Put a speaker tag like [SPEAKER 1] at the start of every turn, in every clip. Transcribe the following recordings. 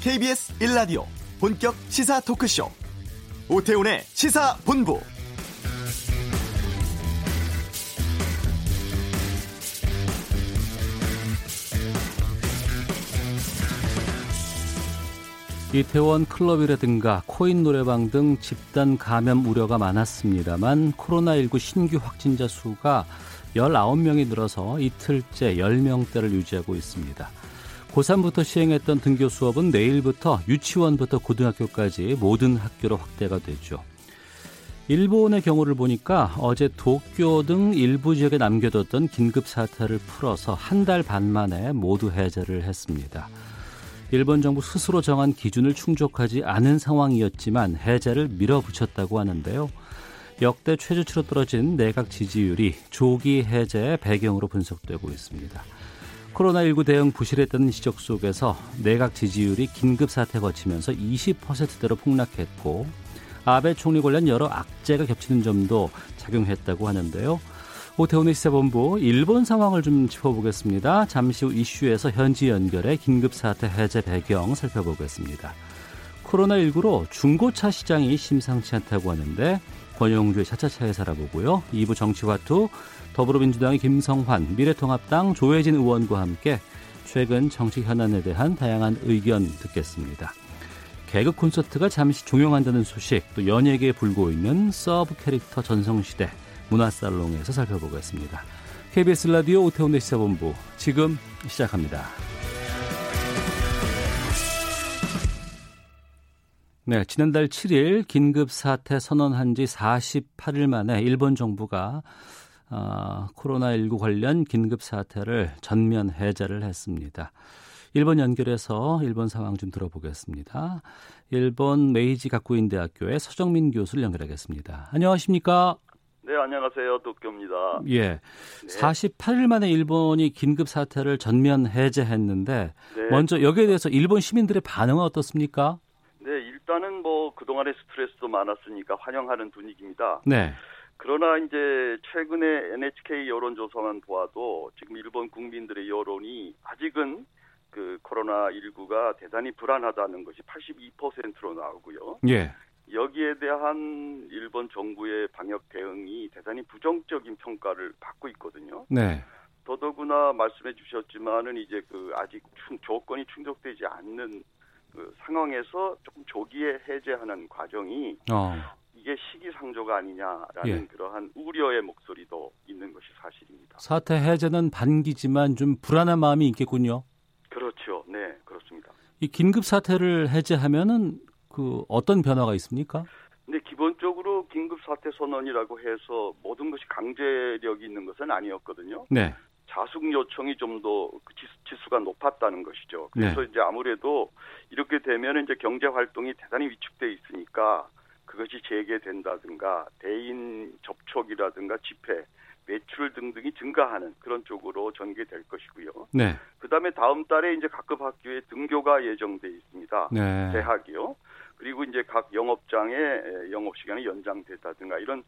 [SPEAKER 1] KBS 1라디오 본격 시사 토크쇼 오태훈의 시사본부
[SPEAKER 2] 이태원 클럽이라든가 코인 노래방 등 집단 감염 우려가 많았습니다만 코로나19 신규 확진자 수가 19명이 늘어서 이틀째 10명대를 유지하고 있습니다. 고3부터 시행했던 등교 수업은 내일부터 유치원부터 고등학교까지 모든 학교로 확대가 되죠. 일본의 경우를 보니까 어제 도쿄 등 일부 지역에 남겨뒀던 긴급 사태를 풀어서 한 달 반 만에 모두 해제를 했습니다. 일본 정부 스스로 정한 기준을 충족하지 않은 상황이었지만 해제를 밀어붙였다고 하는데요. 역대 최저치로 떨어진 내각 지지율이 조기 해제의 배경으로 분석되고 있습니다. 코로나19 대응 부실했다는 지적 속에서 내각 지지율이 긴급 사태 거치면서 20%대로 폭락했고 아베 총리 관련 여러 악재가 겹치는 점도 작용했다고 하는데요. 오태훈의 시사본부 일본 상황을 좀 짚어보겠습니다. 잠시 후 이슈에서 현지 연결해 긴급사태 해제 배경 살펴보겠습니다. 코로나19로 중고차 시장이 심상치 않다고 하는데 권영주의 차차차에 살아보고요. 2부 정치화투 더불어민주당의 김성환, 미래통합당 조혜진 의원과 함께 최근 정치 현안에 대한 다양한 의견 듣겠습니다. 개그 콘서트가 잠시 종영한다는 소식, 또 연예계에 불고 있는 서브 캐릭터 전성시대, 문화살롱에서 살펴보겠습니다. KBS 라디오 오태훈의 시사본부 지금 시작합니다. 네, 지난달 7일 긴급 사태 선언한 지 48일 만에 일본 정부가 아, 코로나19 관련 긴급 사태를 전면 해제를 했습니다. 일본 연결해서 일본 상황 좀 들어보겠습니다. 일본 메이지 가쿠인 대학교의 서정민 교수를 연결하겠습니다. 안녕하십니까?
[SPEAKER 3] 네, 안녕하세요. 도쿄입니다.
[SPEAKER 2] 예. 네. 48일 만에 일본이 긴급 사태를 전면 해제했는데 네. 먼저 여기에 대해서 일본 시민들의 반응은 어떻습니까?
[SPEAKER 3] 그, 네, 일단은 뭐 그동안의 스트레스도 많았으니까 환영하는 분위기입니다.
[SPEAKER 2] 네.
[SPEAKER 3] 그러나 이제 최근에 NHK 여론조사만 보아도 지금 일본 국민들의 여론이 아직은 그 코로나19가 대단히 불안하다는 것이 82%로 나오고요.
[SPEAKER 2] 예.
[SPEAKER 3] 여기에 대한 일본 정부의 방역 대응이 대단히 부정적인 평가를 받고 있거든요.
[SPEAKER 2] 네.
[SPEAKER 3] 더더구나 말씀해 주셨지만은 이제 그 아직 충, 조건이 충족되지 않는 그 상황에서 조금 조기에 해제하는 과정이 어. 이게 시기상조가 아니냐라는 예. 그러한 우려의 목소리도 있는 것이 사실입니다.
[SPEAKER 2] 사태 해제는 반기지만 좀 불안한 마음이 있겠군요.
[SPEAKER 3] 그렇죠. 네, 그렇습니다.
[SPEAKER 2] 이 긴급 사태를 해제하면은 그 어떤 변화가 있습니까?
[SPEAKER 3] 근데 기본적으로 긴급 사태 선언이라고 해서 모든 것이 강제력이 있는 것은 아니었거든요.
[SPEAKER 2] 네.
[SPEAKER 3] 자숙 요청이 좀 더그 지수, 가 높았다는 것이죠. 그래서 네. 이제 아무래도 이렇게 되면 이제 경제 활동이 대단히 위축돼 있으니까 그것이 재개된다든가 대인 접촉이라든가 집회 매출 등등이 증가하는 그런 쪽으로 전개될 것이고요.
[SPEAKER 2] 네.
[SPEAKER 3] 그다음에 다음 달에 이제 각급 학교에 등교가 예정돼 있습니다.
[SPEAKER 2] 네.
[SPEAKER 3] 대학이요. 그리고 이제 각 영업장의 영업 시간이 연장됐다든가 이런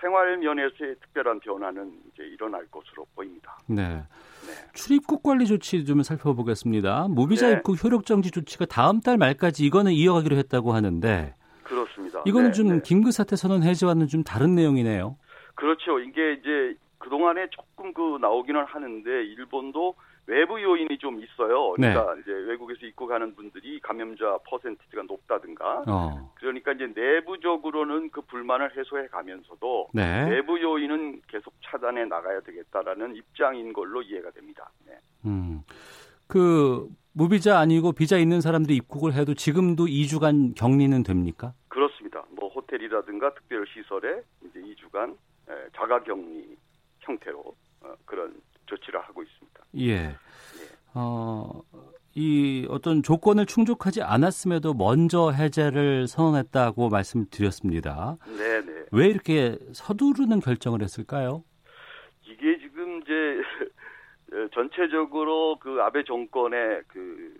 [SPEAKER 3] 생활 면에서의 특별한 변화는 이제 일어날 것으로 보입니다.
[SPEAKER 2] 네. 네. 출입국 관리 조치 좀 살펴보겠습니다. 무비자 네. 입국 효력 정지 조치가 다음 달 말까지 이거는 이어가기로 했다고 하는데
[SPEAKER 3] 그렇습니다.
[SPEAKER 2] 이거는 네, 좀 긴급 사태 선언 해제와는 좀 다른 내용이네요.
[SPEAKER 3] 그렇죠. 이게 이제 그동안에 조금 그 나오기는 하는데 일본도 외부 요인이 좀 있어요. 그러니까 네. 이제 외국에서 입국하는 분들이 감염자 퍼센티지가 높다든가.
[SPEAKER 2] 어.
[SPEAKER 3] 그러니까 이제 내부적으로는 그 불만을 해소해 가면서도
[SPEAKER 2] 네.
[SPEAKER 3] 내부 요인은 계속 차단해 나가야 되겠다라는 입장인 걸로 이해가 됩니다. 네.
[SPEAKER 2] 음. 그 무비자 아니고 비자 있는 사람들이 입국을 해도 지금도 2주간 격리는 됩니까?
[SPEAKER 3] 그렇습니다. 뭐 호텔이라든가 특별 시설에 이제 2주간 예, 자가 격리 형태로 어, 그런 조치를 하고 있습니다.
[SPEAKER 2] 예. 예. 어, 이 어떤 조건을 충족하지 않았음에도 먼저 해제를 선언했다고 말씀드렸습니다.
[SPEAKER 3] 네네.
[SPEAKER 2] 왜 이렇게 서두르는 결정을 했을까요?
[SPEAKER 3] 이게 지금 이제 전체적으로 그 아베 정권의 그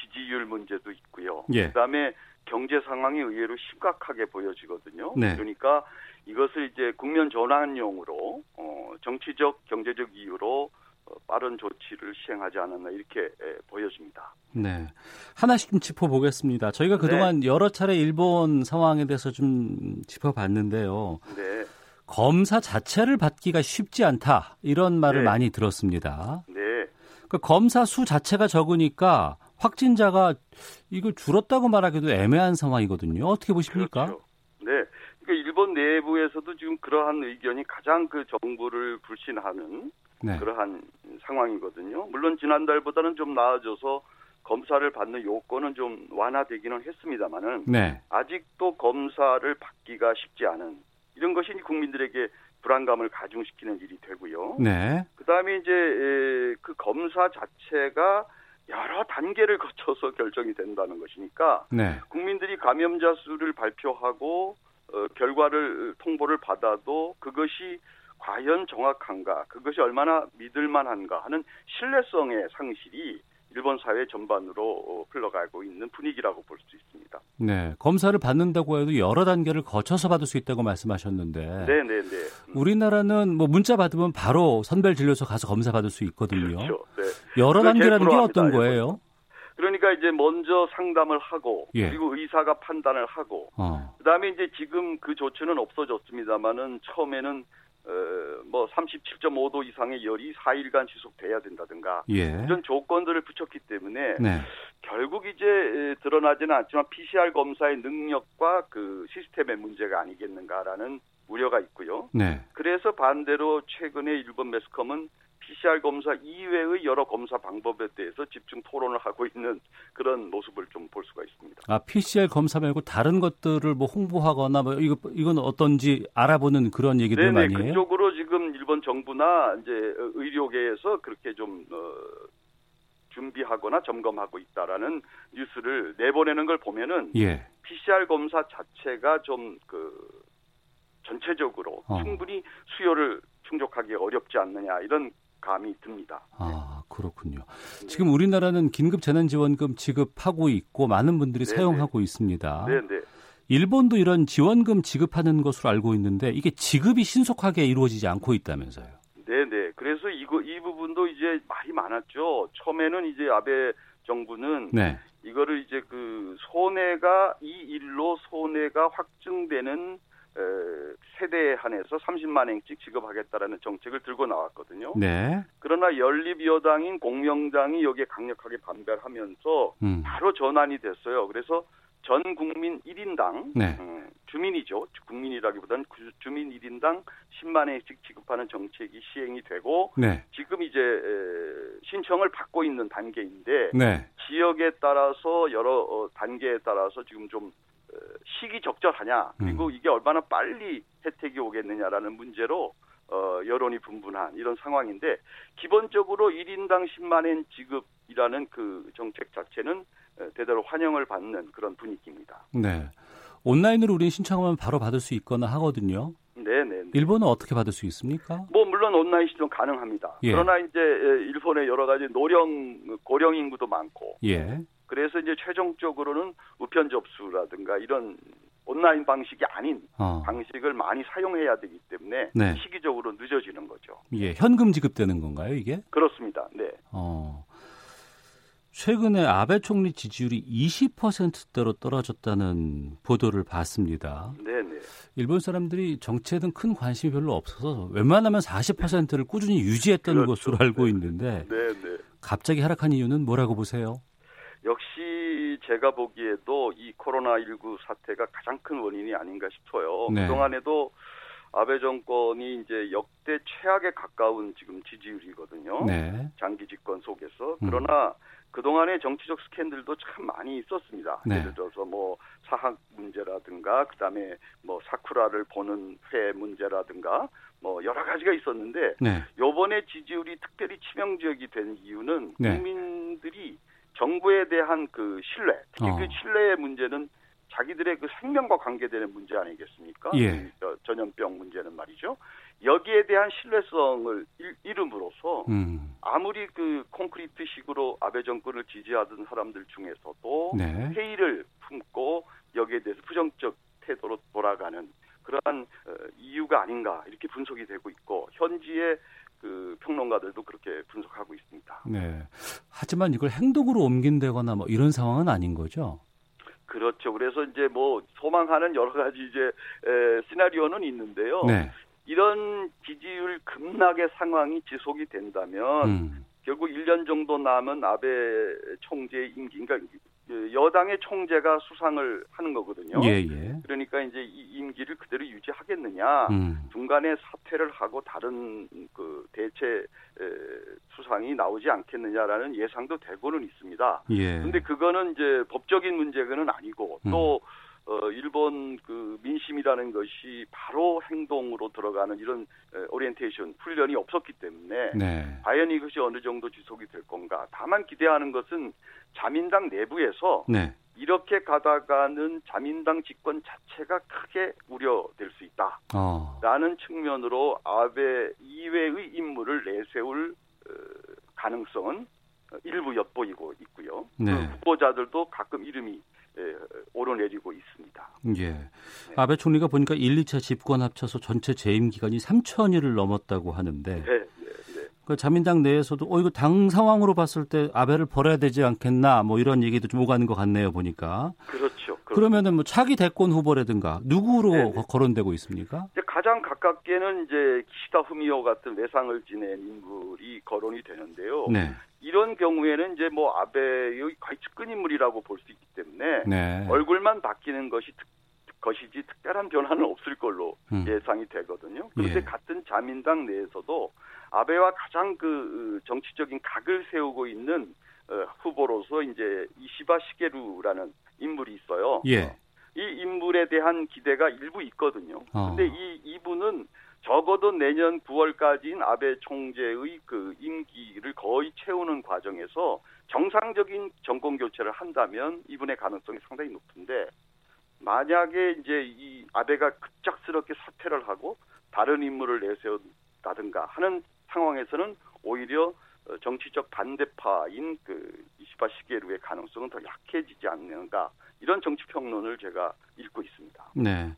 [SPEAKER 3] 지지율 문제도 있고요.
[SPEAKER 2] 예.
[SPEAKER 3] 그다음에 경제 상황이 의외로 심각하게 보여지거든요.
[SPEAKER 2] 네.
[SPEAKER 3] 그러니까 이것을 이제 국면 전환용으로 어, 정치적 경제적 이유로 빠른 조치를 시행하지 않았나 이렇게 보여집니다.
[SPEAKER 2] 네. 하나씩 좀 짚어보겠습니다. 저희가 그동안 네. 여러 차례 일본 상황에 대해서 좀 짚어봤는데요.
[SPEAKER 3] 네.
[SPEAKER 2] 검사 자체를 받기가 쉽지 않다. 이런 말을
[SPEAKER 3] 네.
[SPEAKER 2] 많이 들었습니다.
[SPEAKER 3] 네.
[SPEAKER 2] 그 검사 수 자체가 적으니까 확진자가 이걸 줄었다고 말하기도 애매한 상황이거든요. 어떻게 보십니까?
[SPEAKER 3] 그렇죠. 네. 그러니까 일본 내부에서도 지금 그러한 의견이 가장 그 정부를 불신하는 네. 그러한 상황이거든요. 물론 지난달보다는 좀 나아져서 검사를 받는 요건은 좀 완화되기는 했습니다만은
[SPEAKER 2] 네.
[SPEAKER 3] 아직도 검사를 받기가 쉽지 않은 이런 것이 국민들에게 불안감을 가중시키는 일이 되고요.
[SPEAKER 2] 네.
[SPEAKER 3] 그다음에 이제 그 검사 자체가 여러 단계를 거쳐서 결정이 된다는 것이니까
[SPEAKER 2] 네.
[SPEAKER 3] 국민들이 감염자 수를 발표하고 어, 결과를 통보를 받아도 그것이 과연 정확한가, 그것이 얼마나 믿을만한가 하는 신뢰성의 상실이 일본 사회 전반으로 어, 흘러가고 있는 분위기라고 볼 수 있습니다.
[SPEAKER 2] 네, 검사를 받는다고 해도 여러 단계를 거쳐서 받을 수 있다고 말씀하셨는데,
[SPEAKER 3] 네, 네, 네.
[SPEAKER 2] 우리나라는 뭐 문자 받으면 바로 선별 진료소 가서 검사 받을 수 있거든요.
[SPEAKER 3] 그렇죠. 네.
[SPEAKER 2] 여러 단계라는 게
[SPEAKER 3] 부러워합니다,
[SPEAKER 2] 어떤 거예요?
[SPEAKER 3] 그러니까 이제 먼저 상담을 하고
[SPEAKER 2] 예.
[SPEAKER 3] 그리고 의사가 판단을 하고
[SPEAKER 2] 어,
[SPEAKER 3] 그다음에 이제 지금 그 조치는 없어졌습니다만은 처음에는 어, 뭐 37.5도 이상의 열이 4일간 지속돼야 된다든가
[SPEAKER 2] 예.
[SPEAKER 3] 이런 조건들을 붙였기 때문에
[SPEAKER 2] 네,
[SPEAKER 3] 결국 이제 에, 드러나지는 않지만 PCR 검사의 능력과 그 시스템의 문제가 아니겠는가라는 우려가 있고요.
[SPEAKER 2] 네,
[SPEAKER 3] 그래서 반대로 최근에 일본 매스컴은 PCR 검사 이외의 여러 검사 방법에 대해서 집중 토론을 하고 있는 그런 모습을 좀 볼 수가 있습니다.
[SPEAKER 2] 아 PCR 검사 말고 다른 것들을 뭐 홍보하거나 뭐 이거 이건 어떤지 알아보는 그런 얘기들 많이 해요.
[SPEAKER 3] 네, 그쪽으로 지금 일본 정부나 이제 어, 의료계에서 그렇게 좀 어, 준비하거나 점검하고 있다라는 뉴스를 내보내는 걸 보면은
[SPEAKER 2] 예,
[SPEAKER 3] PCR 검사 자체가 좀 그 전체적으로
[SPEAKER 2] 어.
[SPEAKER 3] 충분히 수요를 충족하기 어렵지 않느냐 이런 감이 듭니다.
[SPEAKER 2] 아 그렇군요.
[SPEAKER 3] 네.
[SPEAKER 2] 지금 우리나라는 긴급 재난지원금 지급하고 있고 많은 분들이
[SPEAKER 3] 네네.
[SPEAKER 2] 사용하고 있습니다.
[SPEAKER 3] 네, 네.
[SPEAKER 2] 일본도 이런 지원금 지급하는 것으로 알고 있는데 이게 지급이 신속하게 이루어지지 않고 있다면서요.
[SPEAKER 3] 네네. 그래서 이거 이 부분도 이제 말이 많았죠. 처음에는 이제 아베 정부는
[SPEAKER 2] 네.
[SPEAKER 3] 이거를 이제 그 손해가 이 일로 손해가 확증되는 에, 세대에 한해서 30만 엔씩 지급하겠다라는 정책을 들고 나왔거든요.
[SPEAKER 2] 네.
[SPEAKER 3] 그러나 연립 여당인 공명당이 여기에 강력하게 반발하면서
[SPEAKER 2] 음.
[SPEAKER 3] 바로 전환이 됐어요. 그래서 전 국민 1인당
[SPEAKER 2] 네.
[SPEAKER 3] 음, 주민이죠. 국민이라기보다는 구- 주민 1인당 10만 엔씩 지급하는 정책이 시행이 되고
[SPEAKER 2] 네.
[SPEAKER 3] 지금 이제 에, 신청을 받고 있는 단계인데
[SPEAKER 2] 네.
[SPEAKER 3] 지역에 따라서 여러 어, 단계에 따라서 지금 좀 어, 시기적절하냐 그리고
[SPEAKER 2] 음.
[SPEAKER 3] 이게 얼마나 빨리 혜택이 오겠느냐라는 문제로 어, 여론이 분분한 이런 상황인데 기본적으로 1인당 10만 엔 지급이라는 그 정책 자체는 어, 대대로 환영을 받는 그런 분위기입니다.
[SPEAKER 2] 네. 온라인으로 우리는 신청하면 바로 받을 수 있거나 하거든요.
[SPEAKER 3] 네네.
[SPEAKER 2] 일본은 어떻게 받을 수 있습니까?
[SPEAKER 3] 뭐 물론 온라인 시청 가능합니다.
[SPEAKER 2] 예.
[SPEAKER 3] 그러나 이제 에, 일본에 여러 가지 노령 고령 인구도 많고
[SPEAKER 2] 예.
[SPEAKER 3] 그래서 이제 최종적으로는 우편 접수라든가 이런 온라인 방식이 아닌
[SPEAKER 2] 어.
[SPEAKER 3] 방식을 많이 사용해야 되기 때문에
[SPEAKER 2] 네.
[SPEAKER 3] 시기적으로 늦어지는 거죠.
[SPEAKER 2] 예. 현금 지급되는 건가요, 이게?
[SPEAKER 3] 그렇습니다. 네.
[SPEAKER 2] 어. 최근에 아베 총리 지지율이 20%대로 떨어졌다는 보도를 봤습니다.
[SPEAKER 3] 네, 네.
[SPEAKER 2] 일본 사람들이 정치에 든 큰 관심이 별로 없어서 웬만하면 40%를 꾸준히 유지했던
[SPEAKER 3] 그렇죠.
[SPEAKER 2] 것으로 알고 있는데
[SPEAKER 3] 네, 네.
[SPEAKER 2] 갑자기 하락한 이유는 뭐라고 보세요?
[SPEAKER 3] 역시 제가 보기에도 이 코로나19 사태가 가장 큰 원인이 아닌가 싶어요.
[SPEAKER 2] 네.
[SPEAKER 3] 그동안에도 아베 정권이 이제 역대 최악에 가까운 지금 지지율이거든요.
[SPEAKER 2] 네.
[SPEAKER 3] 장기 집권 속에서
[SPEAKER 2] 음.
[SPEAKER 3] 그러나 그동안의 정치적 스캔들도 참 많이 있었습니다.
[SPEAKER 2] 네.
[SPEAKER 3] 예를 들어서 뭐 사학 문제라든가 그다음에 뭐 사쿠라를 보는 회 문제라든가 뭐 여러 가지가 있었는데
[SPEAKER 2] 네.
[SPEAKER 3] 요번에 지지율이 특별히 치명적이 된 이유는
[SPEAKER 2] 네.
[SPEAKER 3] 국민들이 정부에 대한 그 신뢰, 특히
[SPEAKER 2] 어.
[SPEAKER 3] 그 신뢰의 문제는 자기들의 그 생명과 관계되는 문제 아니겠습니까?
[SPEAKER 2] 예.
[SPEAKER 3] 저- 전염병 문제는 말이죠. 여기에 대한 신뢰성을 잃- 잃음으로써
[SPEAKER 2] 음.
[SPEAKER 3] 아무리 그 콘크리트식으로 아베 정권을 지지하던 사람들 중에서도
[SPEAKER 2] 네.
[SPEAKER 3] 회의를 품고 여기에 대해서 부정적 태도로 돌아가는 그러한 어, 이유가 아닌가 이렇게 분석이 되고 있고 현지의 그 평론가들도 그렇게 분석하고 있습니다.
[SPEAKER 2] 네. 하지만 이걸 행동으로 옮긴다거나 뭐 이런 상황은 아닌 거죠.
[SPEAKER 3] 그렇죠. 그래서 이제 뭐 소망하는 여러 가지 이제 에, 시나리오는 있는데요.
[SPEAKER 2] 네.
[SPEAKER 3] 이런 지지율 급락의 상황이 지속이 된다면
[SPEAKER 2] 음.
[SPEAKER 3] 결국 1년 정도 남은 아베 총재 임기, 그러니까 여당의 총재가 수상을 하는 거거든요.
[SPEAKER 2] 예, 예.
[SPEAKER 3] 그러니까 이제 이 임기를 그대로 유지하겠느냐.
[SPEAKER 2] 음.
[SPEAKER 3] 중간에 사퇴를 하고 다른 그 대체 에, 수상이 나오지 않겠느냐라는 예상도 되고는 있습니다.
[SPEAKER 2] 예.
[SPEAKER 3] 근데 그거는 이제 법적인 문제는 아니고
[SPEAKER 2] 음.
[SPEAKER 3] 또 어, 일본 그 민심이라는 것이 바로 행동으로 들어가는 이런 에, 오리엔테이션 훈련이 없었기 때문에
[SPEAKER 2] 네.
[SPEAKER 3] 과연 이것이 어느 정도 지속이 될 건가. 다만 기대하는 것은 자민당 내부에서
[SPEAKER 2] 네.
[SPEAKER 3] 이렇게 가다가는 자민당 집권 자체가 크게 우려될 수 있다.
[SPEAKER 2] 어.
[SPEAKER 3] 라는 측면으로 아베 이외의 임무를 내세울 어, 가능성은 일부 엿보이고 있고요.
[SPEAKER 2] 네.
[SPEAKER 3] 그 후보자들도 가끔 이름이 에, 오르내리고 있습니다.
[SPEAKER 2] 예. 아베 총리가 보니까 1, 2차 집권 합쳐서 전체 재임 기간이 3천일을 넘었다고 하는데
[SPEAKER 3] 네, 네, 네.
[SPEAKER 2] 그 자민당 내에서도 어 이거 당 상황으로 봤을 때 아베를 벌어야 되지 않겠나 뭐 이런 얘기도 좀 오가는 것 같네요 보니까
[SPEAKER 3] 그렇죠. 그렇죠.
[SPEAKER 2] 그러면은 뭐 차기 대권 후보라든가 누구로
[SPEAKER 3] 네, 네.
[SPEAKER 2] 거론되고 있습니까?
[SPEAKER 3] 이제 가장 가깝게는 이제 키시다 후미오 같은 외상을 지낸 인물이 거론이 되는데요.
[SPEAKER 2] 네,
[SPEAKER 3] 이런 경우에는 이제 뭐 아베의 거의 측근 인물이라고 볼 수 있기 때문에
[SPEAKER 2] 네,
[SPEAKER 3] 얼굴만 바뀌는 것이 특- 것이지 특별한 변화는 없을 걸로
[SPEAKER 2] 음.
[SPEAKER 3] 예상이 되거든요. 그런데
[SPEAKER 2] 예.
[SPEAKER 3] 같은 자민당 내에서도 아베와 가장 그 어, 정치적인 각을 세우고 있는 어, 후보로서 이제 이시바 시게루라는 인물이 있어요.
[SPEAKER 2] 예,
[SPEAKER 3] 이 인물에 대한 기대가 일부 있거든요.
[SPEAKER 2] 어.
[SPEAKER 3] 근데 이 이분은 적어도 내년 9월까지인 아베 총재의 그 임기를 거의 채우는 과정에서 정상적인 정권 교체를 한다면 이분의 가능성이 상당히 높은데 만약에 이제 이 아베가 급작스럽게 사퇴를 하고 다른 인물을 내세운다든가 하는 상황에서는 오히려 어, 정치적 반대파인 그 이시바 시게루의 가능성은 더 약해지지 않는가 이런 정치 평론을 제가 읽고 있습니다.
[SPEAKER 2] 네.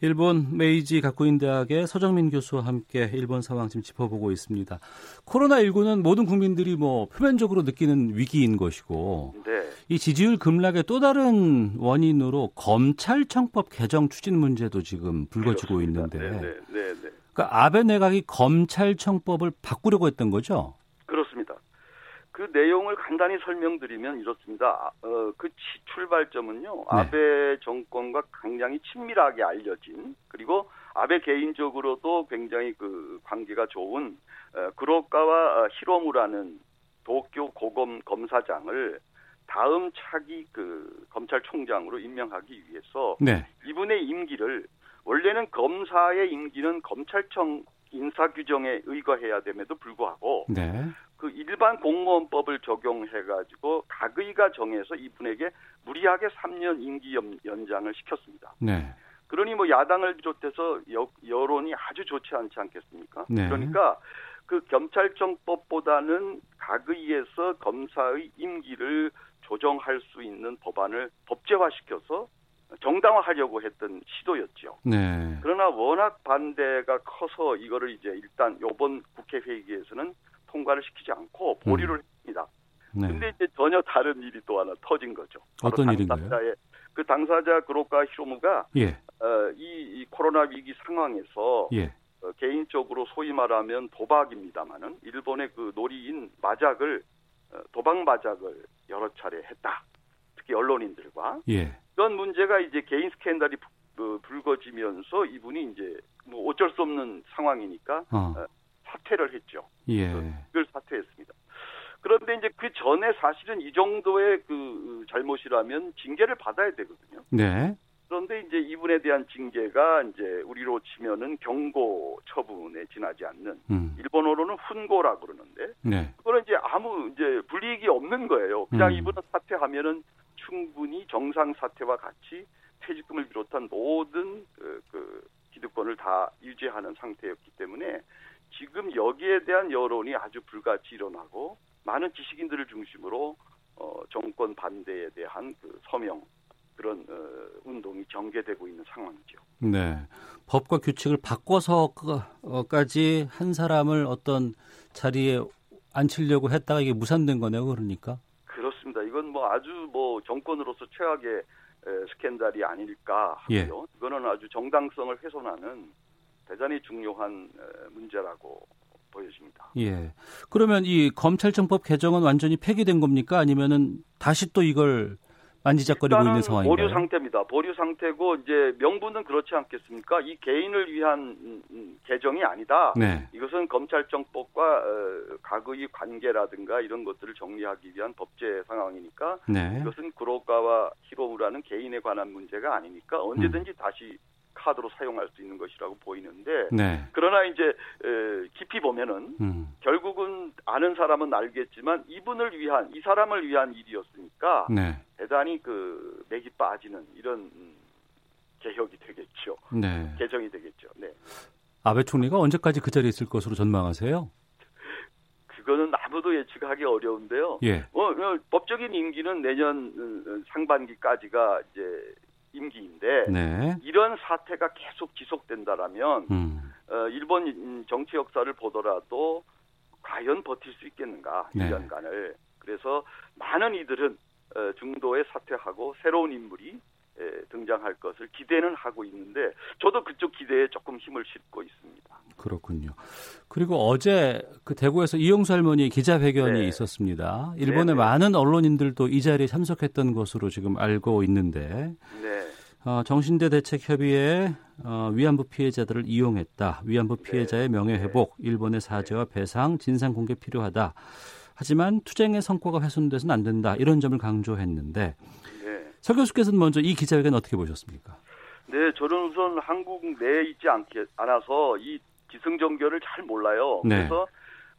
[SPEAKER 2] 일본 메이지 가쿠인 대학의 서정민 교수와 함께 일본 상황 지금 짚어보고 있습니다. 코로나 19는 모든 국민들이 뭐 표면적으로 느끼는 위기인 것이고
[SPEAKER 3] 네,
[SPEAKER 2] 이 지지율 급락의 또 다른 원인으로 검찰청법 개정 추진 문제도 지금 불거지고 있는데
[SPEAKER 3] 네, 네, 네, 네.
[SPEAKER 2] 그러니까 아베 내각이 검찰청법을 바꾸려고 했던 거죠?
[SPEAKER 3] 그렇습니다. 그 내용을 간단히 설명드리면 이렇습니다. 어, 그 치- 출발점은요.
[SPEAKER 2] 네.
[SPEAKER 3] 아베 정권과 굉장히 친밀하게 알려진 그리고 아베 개인적으로도 굉장히 그 관계가 좋은 어, 그로카와 어, 히로무라는 도쿄 고검 검사장을 다음 차기 그 검찰총장으로 임명하기 위해서
[SPEAKER 2] 네.
[SPEAKER 3] 이분의 임기를 원래는 검사의 임기는 검찰청 인사 규정에 의거해야 됨에도 불구하고
[SPEAKER 2] 네.
[SPEAKER 3] 그 일반 공무원법을 적용해가지고 가의가 정해서 이분에게 무리하게 3년 임기 연- 연장을 시켰습니다.
[SPEAKER 2] 네.
[SPEAKER 3] 그러니 뭐 야당을 비롯해서 여, 여론이 아주 좋지 않지 않겠습니까?
[SPEAKER 2] 네.
[SPEAKER 3] 그러니까 그 검찰청법보다는 가의에서 검사의 임기를 조정할 수 있는 법안을 법제화시켜서 정당화하려고 했던 시도였죠.
[SPEAKER 2] 네.
[SPEAKER 3] 그러나 워낙 반대가 커서 이거를 이제 일단 요번 국회 회의에서는 통과를 시키지 않고 보류를 했습니다. 근데
[SPEAKER 2] 음. 네.
[SPEAKER 3] 이제 전혀 다른 일이 또 하나 터진 거죠. 바로
[SPEAKER 2] 어떤 일인가요?
[SPEAKER 3] 당사자의- 그 당사자 그로카 히로무가
[SPEAKER 2] 예.
[SPEAKER 3] 어, 이, 이 코로나 위기 상황에서
[SPEAKER 2] 예.
[SPEAKER 3] 어, 개인적으로 소위 말하면 도박입니다마는 일본의 그 놀이인 마작을 어, 도박 마작을 여러 차례 했다. 특히 언론인들과
[SPEAKER 2] 예.
[SPEAKER 3] 이런 문제가 이제 개인 스캔들이 부- 어, 불거지면서 이분이 이제 뭐 어쩔 수 없는 상황이니까
[SPEAKER 2] 어.
[SPEAKER 3] 사퇴를 했죠.
[SPEAKER 2] 예.
[SPEAKER 3] 이걸 사퇴했습니다. 그런데 이제 그 전에 사실은 이 정도의 그 잘못이라면 징계를 받아야 되거든요.
[SPEAKER 2] 네.
[SPEAKER 3] 그런데 이제 이분에 대한 징계가 이제 우리로 치면은 경고 처분에 지나지 않는
[SPEAKER 2] 음.
[SPEAKER 3] 일본어로는 훈고라고 그러는데
[SPEAKER 2] 네.
[SPEAKER 3] 그거는 이제 아무 이제 불이익이 없는 거예요. 그냥
[SPEAKER 2] 음.
[SPEAKER 3] 이분은 사퇴하면은 충분히 정상 사퇴와 같이 퇴직금을 비롯한 모든 그, 그 기득권을 다 유지하는 상태였기 때문에 지금 여기에 대한 여론이 아주 불같이 일어나고 많은 지식인들을 중심으로 어, 정권 반대에 대한 그 서명 그런 어, 운동이 전개되고 있는 상황이죠.
[SPEAKER 2] 네. 법과 규칙을 바꿔서까지 한 사람을 어떤 자리에 앉히려고 했다가 이게 무산된 거네요, 그러니까.
[SPEAKER 3] 그렇습니다. 이건 뭐 아주 뭐 정권으로서 최악의 에, 스캔들이 아닐까 하고요.
[SPEAKER 2] 예.
[SPEAKER 3] 이거는 아주 정당성을 훼손하는 대단히 중요한 에, 문제라고 보여집니다.
[SPEAKER 2] 예. 그러면 이 검찰청법 개정은 완전히 폐기된 겁니까? 아니면은 다시 또 이걸 만지작거리고 있는
[SPEAKER 3] 일단은 보류
[SPEAKER 2] 상황인가요?
[SPEAKER 3] 상태입니다. 보류 상태고 이제 명분은 그렇지 않겠습니까? 이 개인을 위한 음, 음, 개정이 아니다.
[SPEAKER 2] 네.
[SPEAKER 3] 이것은 검찰청법과 어, 과거의 관계라든가 이런 것들을 정리하기 위한 법제 상황이니까
[SPEAKER 2] 네.
[SPEAKER 3] 이것은 구로가와 히로우라는 개인에 관한 문제가 아니니까 언제든지 다시 카드로 사용할 수 있는 것이라고 보이는데
[SPEAKER 2] 네.
[SPEAKER 3] 그러나 이제 에, 깊이 보면은
[SPEAKER 2] 음.
[SPEAKER 3] 결국은 아는 사람은 알겠지만 이분을 위한 이 사람을 위한 일이었으니까
[SPEAKER 2] 네.
[SPEAKER 3] 대단히 그 맥이 빠지는 이런 음, 개혁이 되겠죠.
[SPEAKER 2] 네.
[SPEAKER 3] 개정이 되겠죠. 네.
[SPEAKER 2] 아베 총리가 언제까지 그 자리에 있을 것으로 전망하세요?
[SPEAKER 3] 그거는 아무도 예측하기 어려운데요.
[SPEAKER 2] 예.
[SPEAKER 3] 어, 어, 법적인 임기는 내년 음, 음, 상반기까지가 이제 임기인데
[SPEAKER 2] 네.
[SPEAKER 3] 이런 사태가 계속 지속된다라면
[SPEAKER 2] 음.
[SPEAKER 3] 어, 일본 음, 정치 역사를 보더라도 과연 버틸 수 있겠는가
[SPEAKER 2] 네.
[SPEAKER 3] 1년간을 그래서 많은 이들은 어, 중도에 사퇴하고 새로운 인물이 에, 등장할 것을 기대는 하고 있는데 저도 그쪽 기대에 조금 힘을 싣고 있습니다.
[SPEAKER 2] 그렇군요. 그리고 어제 그 대구에서 이용수 할머니 기자회견이
[SPEAKER 3] 네.
[SPEAKER 2] 있었습니다. 일본의
[SPEAKER 3] 네.
[SPEAKER 2] 많은 언론인들도 이 자리에 참석했던 것으로 지금 알고 있는데
[SPEAKER 3] 네,
[SPEAKER 2] 어, 정신대 대책협의회 어, 위안부 피해자들을 이용했다. 위안부 피해자의 명예회복, 일본의 사죄와 배상, 진상 공개 필요하다. 하지만 투쟁의 성과가 훼손돼서는 안 된다. 이런 점을 강조했는데
[SPEAKER 3] 네.
[SPEAKER 2] 서 교수께서는 먼저 이 기자회견 어떻게 보셨습니까?
[SPEAKER 3] 네, 저는 우선 한국 내에 있지 않게, 않아서 이 기승전결을 잘 몰라요.
[SPEAKER 2] 네.
[SPEAKER 3] 그래서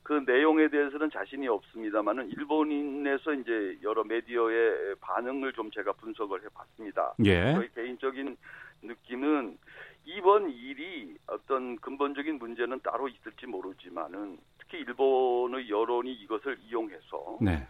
[SPEAKER 3] 그 내용에 대해서는 자신이 없습니다만은 일본인에서 이제 여러 미디어의 반응을 좀 제가 분석을 해봤습니다.
[SPEAKER 2] 예.
[SPEAKER 3] 저희 개인적인 느낌은 이번 일이 어떤 근본적인 문제는 따로 있을지 모르지만은 특히 일본의 여론이 이것을 이용해서
[SPEAKER 2] 네.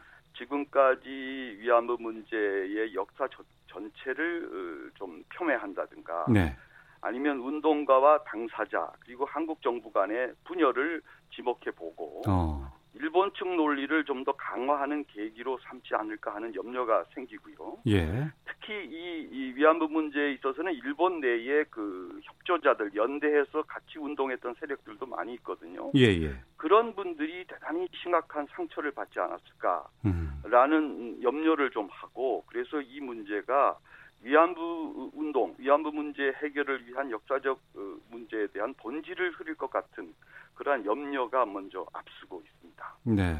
[SPEAKER 3] 지금까지 위안부 문제의 역사 전- 전체를 어, 좀 폄훼한다든가
[SPEAKER 2] 네.
[SPEAKER 3] 아니면 운동가와 당사자 그리고 한국 정부 간의 분열을 지목해 보고
[SPEAKER 2] 어.
[SPEAKER 3] 일본 측 논리를 좀 더 강화하는 계기로 삼지 않을까 하는 염려가 생기고요.
[SPEAKER 2] 예.
[SPEAKER 3] 특히 이, 이 위안부 문제에 있어서는 일본 내에 그 협조자들 연대해서 같이 운동했던 세력들도 많이 있거든요.
[SPEAKER 2] 예, 예.
[SPEAKER 3] 그런 분들이 대단히 심각한 상처를 받지 않았을까
[SPEAKER 2] 음.
[SPEAKER 3] 라는 염려를 좀 하고 그래서 이 문제가 위안부 운동, 위안부 문제 해결을 위한 역사적 어, 문제에 대한 본질을 흐릴 것 같은 그러한 염려가 먼저 앞서고 있습니다.
[SPEAKER 2] 네.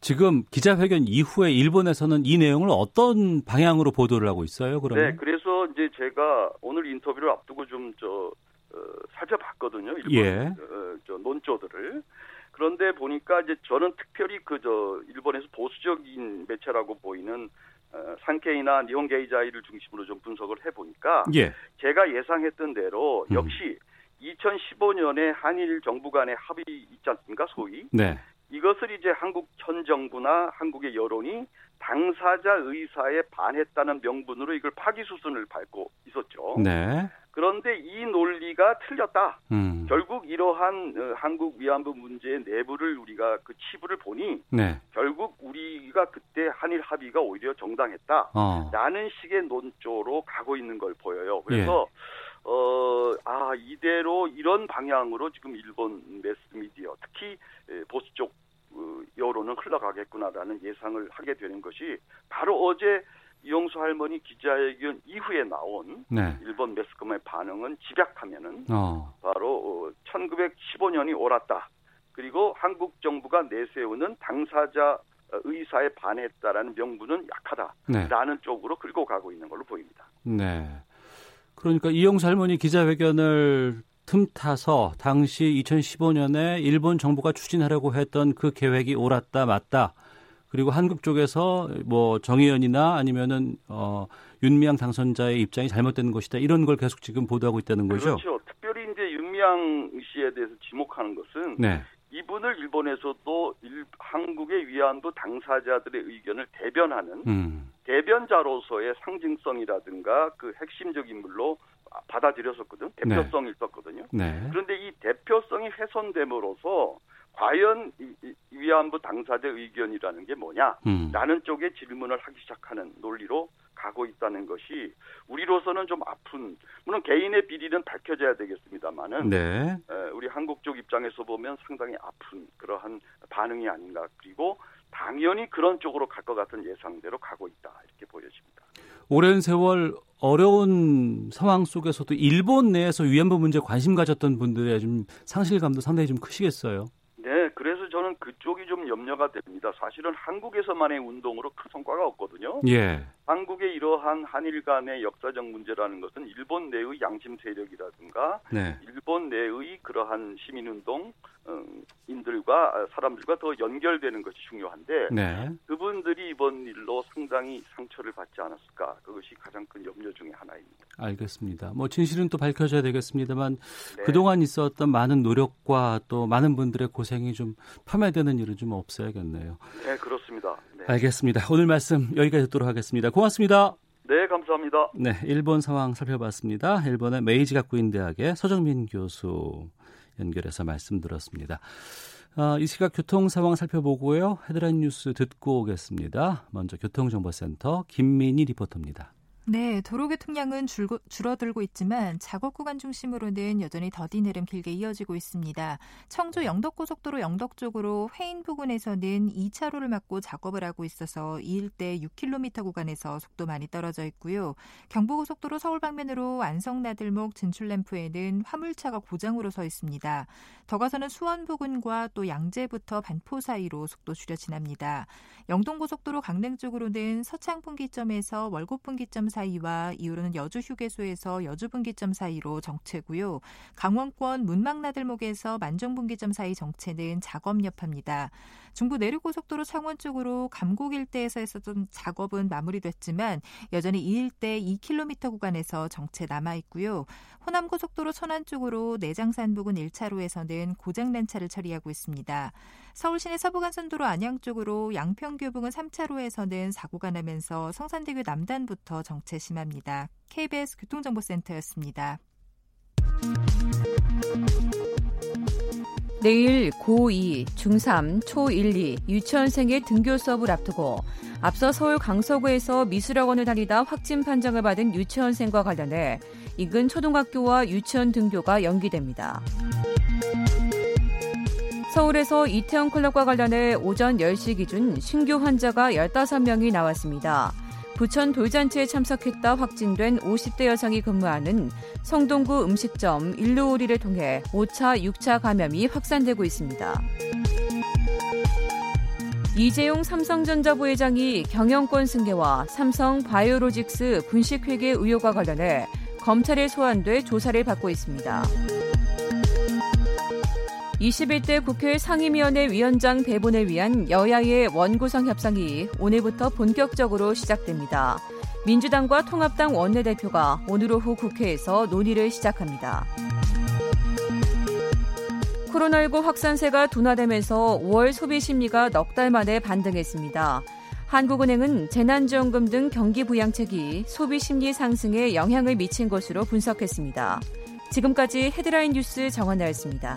[SPEAKER 2] 지금 기자회견 이후에 일본에서는 이 내용을 어떤 방향으로 보도를 하고 있어요?
[SPEAKER 3] 네,
[SPEAKER 2] 그러면
[SPEAKER 3] 그래서 이제 제가 오늘 인터뷰를 앞두고 좀저 어, 살펴봤거든요. 일본
[SPEAKER 2] 예.
[SPEAKER 3] 어, 저 논조들을. 그런데 보니까 이제 저는 특별히 그 저 일본에서 보수적인 매체라고 보이는 어, 산케이나 니혼 게이자이를 중심으로 좀 분석을 해 보니까
[SPEAKER 2] 예.
[SPEAKER 3] 제가 예상했던 대로
[SPEAKER 2] 음.
[SPEAKER 3] 역시 2015년에 한일 정부 간의 합의 있지 않습니까? 소위
[SPEAKER 2] 네.
[SPEAKER 3] 이것을 이제 한국 현 정부나 한국의 여론이 당사자 의사에 반했다는 명분으로 이걸 파기수순을 밟고 있었죠.
[SPEAKER 2] 네.
[SPEAKER 3] 그런데 이 논리가 틀렸다.
[SPEAKER 2] 음.
[SPEAKER 3] 결국 이러한 어, 한국 위안부 문제의 내부를 우리가 그 치부를 보니
[SPEAKER 2] 네.
[SPEAKER 3] 결국 우리가 그때 한일 합의가 오히려 정당했다.
[SPEAKER 2] 어.
[SPEAKER 3] 라는 식의 논조로 가고 있는 걸 보여요. 그래서 어, 아 이대로 이런 방향으로 지금 일본 매스미디어 특히 에, 보수 쪽 어, 여론은 흘러가겠구나라는 예상을 하게 되는 것이 바로 어제 이용수 할머니 기자회견 이후에 나온
[SPEAKER 2] 네.
[SPEAKER 3] 일본 매스컴의 반응은 집약하면은
[SPEAKER 2] 어.
[SPEAKER 3] 바로 1915년이 옳았다. 그리고 한국 정부가 내세우는 당사자 의사에 반했다라는 명분은 약하다.
[SPEAKER 2] 네.
[SPEAKER 3] 라는 쪽으로 긁고 가고 있는 걸로 보입니다.
[SPEAKER 2] 네. 그러니까 이용수 할머니 기자회견을 틈타서 당시 2015년에 일본 정부가 추진하려고 했던 그 계획이 옳았다 맞다. 그리고 한국 쪽에서 뭐 정의연이나 아니면은 어 윤미향 당선자의 입장이 잘못된 것이다 이런 걸 계속 지금 보도하고 있다는 거죠.
[SPEAKER 3] 그렇죠. 특별히 이제 윤미향 씨에 대해서 지목하는 것은
[SPEAKER 2] 네.
[SPEAKER 3] 이분을 일본에서도 일- 한국의 위안부 당사자들의 의견을 대변하는
[SPEAKER 2] 음.
[SPEAKER 3] 대변자로서의 상징성이라든가 그 핵심적 인물로 받아들였었거든. 대표성이 있었거든요.
[SPEAKER 2] 네.
[SPEAKER 3] 그런데 이 대표성이 훼손됨으로써 과연 이- 이 위안부 당사자 의견이라는 게 뭐냐?
[SPEAKER 2] 음.
[SPEAKER 3] 라는 쪽에 질문을 하기 시작하는 논리로 가고 있다는 것이 우리로서는 좀 아픈 물론 개인의 비리는 밝혀져야 되겠습니다만은
[SPEAKER 2] 네.
[SPEAKER 3] 에, 우리 한국 쪽 입장에서 보면 상당히 아픈 그러한 반응이 아닌가 그리고 당연히 그런 쪽으로 갈 것 같은 예상대로 가고 있다 이렇게 보여집니다.
[SPEAKER 2] 오랜 세월 어려운 상황 속에서도 일본 내에서 위안부 문제 관심 가졌던 분들의 좀 상실감도 상당히 좀 크시겠어요.
[SPEAKER 3] 네, 그래서 저는 그쪽이 좀 염려가 됩니다. 사실은 한국에서만의 운동으로 큰 성과가 없거든요.
[SPEAKER 2] 예.
[SPEAKER 3] 한국의 이러한 한일 간의 역사적 문제라는 것은 일본 내의 양심 세력이라든가
[SPEAKER 2] 네.
[SPEAKER 3] 일본 내의 그러한 시민운동 음, 인들과 사람들과 더 연결되는 것이 중요한데
[SPEAKER 2] 네.
[SPEAKER 3] 그분들이 이번 일로 상당히 상처를 받지 않았을까 그것이 가장 큰 염려 중의 하나입니다.
[SPEAKER 2] 알겠습니다. 뭐 진실은 또 밝혀져야 되겠습니다만
[SPEAKER 3] 네.
[SPEAKER 2] 그동안 있었던 많은 노력과 또 많은 분들의 고생이 좀 폄훼되는 일은 좀 없어야겠네요.
[SPEAKER 3] 네 그렇습니다. 네,
[SPEAKER 2] 알겠습니다. 오늘 말씀 여기까지 듣도록 하겠습니다. 고맙습니다.
[SPEAKER 3] 네, 감사합니다.
[SPEAKER 2] 네, 일본 상황 살펴봤습니다. 일본의 메이지 가쿠인 대학의 서정민 교수 연결해서 말씀 들었습니다. 아, 이 시각 교통 상황 살펴보고요. 헤드라인 뉴스 듣고 오겠습니다. 먼저 교통정보센터 김민희 리포터입니다.
[SPEAKER 4] 네, 도로 교통량은 줄고, 줄어들고 있지만 작업 구간 중심으로는 여전히 더딘 흐름 길게 이어지고 있습니다. 청주 영덕고속도로 영덕 쪽으로 회인 부근에서는 2차로를 막고 작업을 하고 있어서 이 일대 6km 구간에서 속도 많이 떨어져 있고요. 경부고속도로 서울 방면으로 안성나들목 진출램프에는 화물차가 고장으로 서 있습니다. 더 가서는 수원 부근과 또 양재부터 반포 사이로 속도 줄여 지납니다. 영동고속도로 강릉 쪽으로는 서창분기점에서 월곡분기점 사이와 이후로는 여주휴게소에서 여주분기점 사이로 정체고요. 강원권 문막나들목에서 만정분기점 사이 정체는 작업 여파입니다. 중부 내륙고속도로 창원 쪽으로 감곡 일대에서 했었던 작업은 마무리됐지만 여전히 이 일대 2km 구간에서 정체 남아 있고요. 호남고속도로 천안 쪽으로 내장산 부근 1차로에서는 고장난 차를 처리하고 있습니다. 서울 시내 서부간선도로 안양 쪽으로 양평교 부근 3차로에서는 사고가 나면서 성산대교 남단부터 정체 심합니다. KBS 교통정보센터였습니다.
[SPEAKER 5] 내일 고2, 중3, 초1, 2 유치원생의 등교 수업을 앞두고 앞서 서울 강서구에서 미술학원을 다니다 확진 판정을 받은 유치원생과 관련해 인근 초등학교와 유치원 등교가 연기됩니다. 서울에서 이태원 클럽과 관련해 오전 10시 기준 신규 환자가 15명이 나왔습니다. 부천 돌잔치에 참석했다 확진된 50대 여성이 근무하는 성동구 음식점 일루오리를 통해 5차, 6차 감염이 확산되고 있습니다. 이재용 삼성전자 부회장이 경영권 승계와 삼성 바이오로직스 분식회계 의혹과 관련해 검찰에 소환돼 조사를 받고 있습니다. 21대 국회 상임위원회 위원장 배분을 위한 여야의 원구성 협상이 오늘부터 본격적으로 시작됩니다. 민주당과 통합당 원내대표가 오늘 오후 국회에서 논의를 시작합니다. 코로나19 확산세가 둔화되면서 5월 소비 심리가 넉 달 만에 반등했습니다. 한국은행은 재난지원금 등 경기 부양책이 소비 심리 상승에 영향을 미친 것으로 분석했습니다. 지금까지 헤드라인 뉴스 정원나였습니다.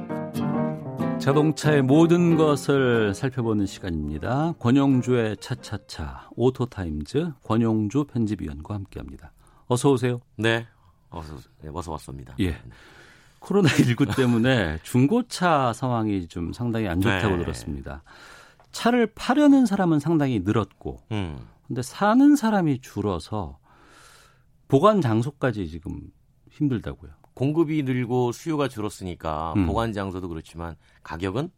[SPEAKER 2] 자동차의 모든 것을 살펴보는 시간입니다. 권영주의 차차차 오토타임즈 권영주 편집위원과 함께합니다. 어서 오세요.
[SPEAKER 6] 네. 어서, 네, 어서 왔습니다.
[SPEAKER 2] 예. 코로나19 때문에 중고차 상황이 좀 상당히 안 좋다고
[SPEAKER 6] 네.
[SPEAKER 2] 들었습니다. 차를 파려는 사람은 상당히 늘었고
[SPEAKER 6] 음.
[SPEAKER 2] 근데 사는 사람이 줄어서 보관 장소까지 지금 힘들다고요.
[SPEAKER 6] 공급이 늘고 수요가 줄었으니까
[SPEAKER 2] 음.
[SPEAKER 6] 보관 장소도 그렇지만 가격은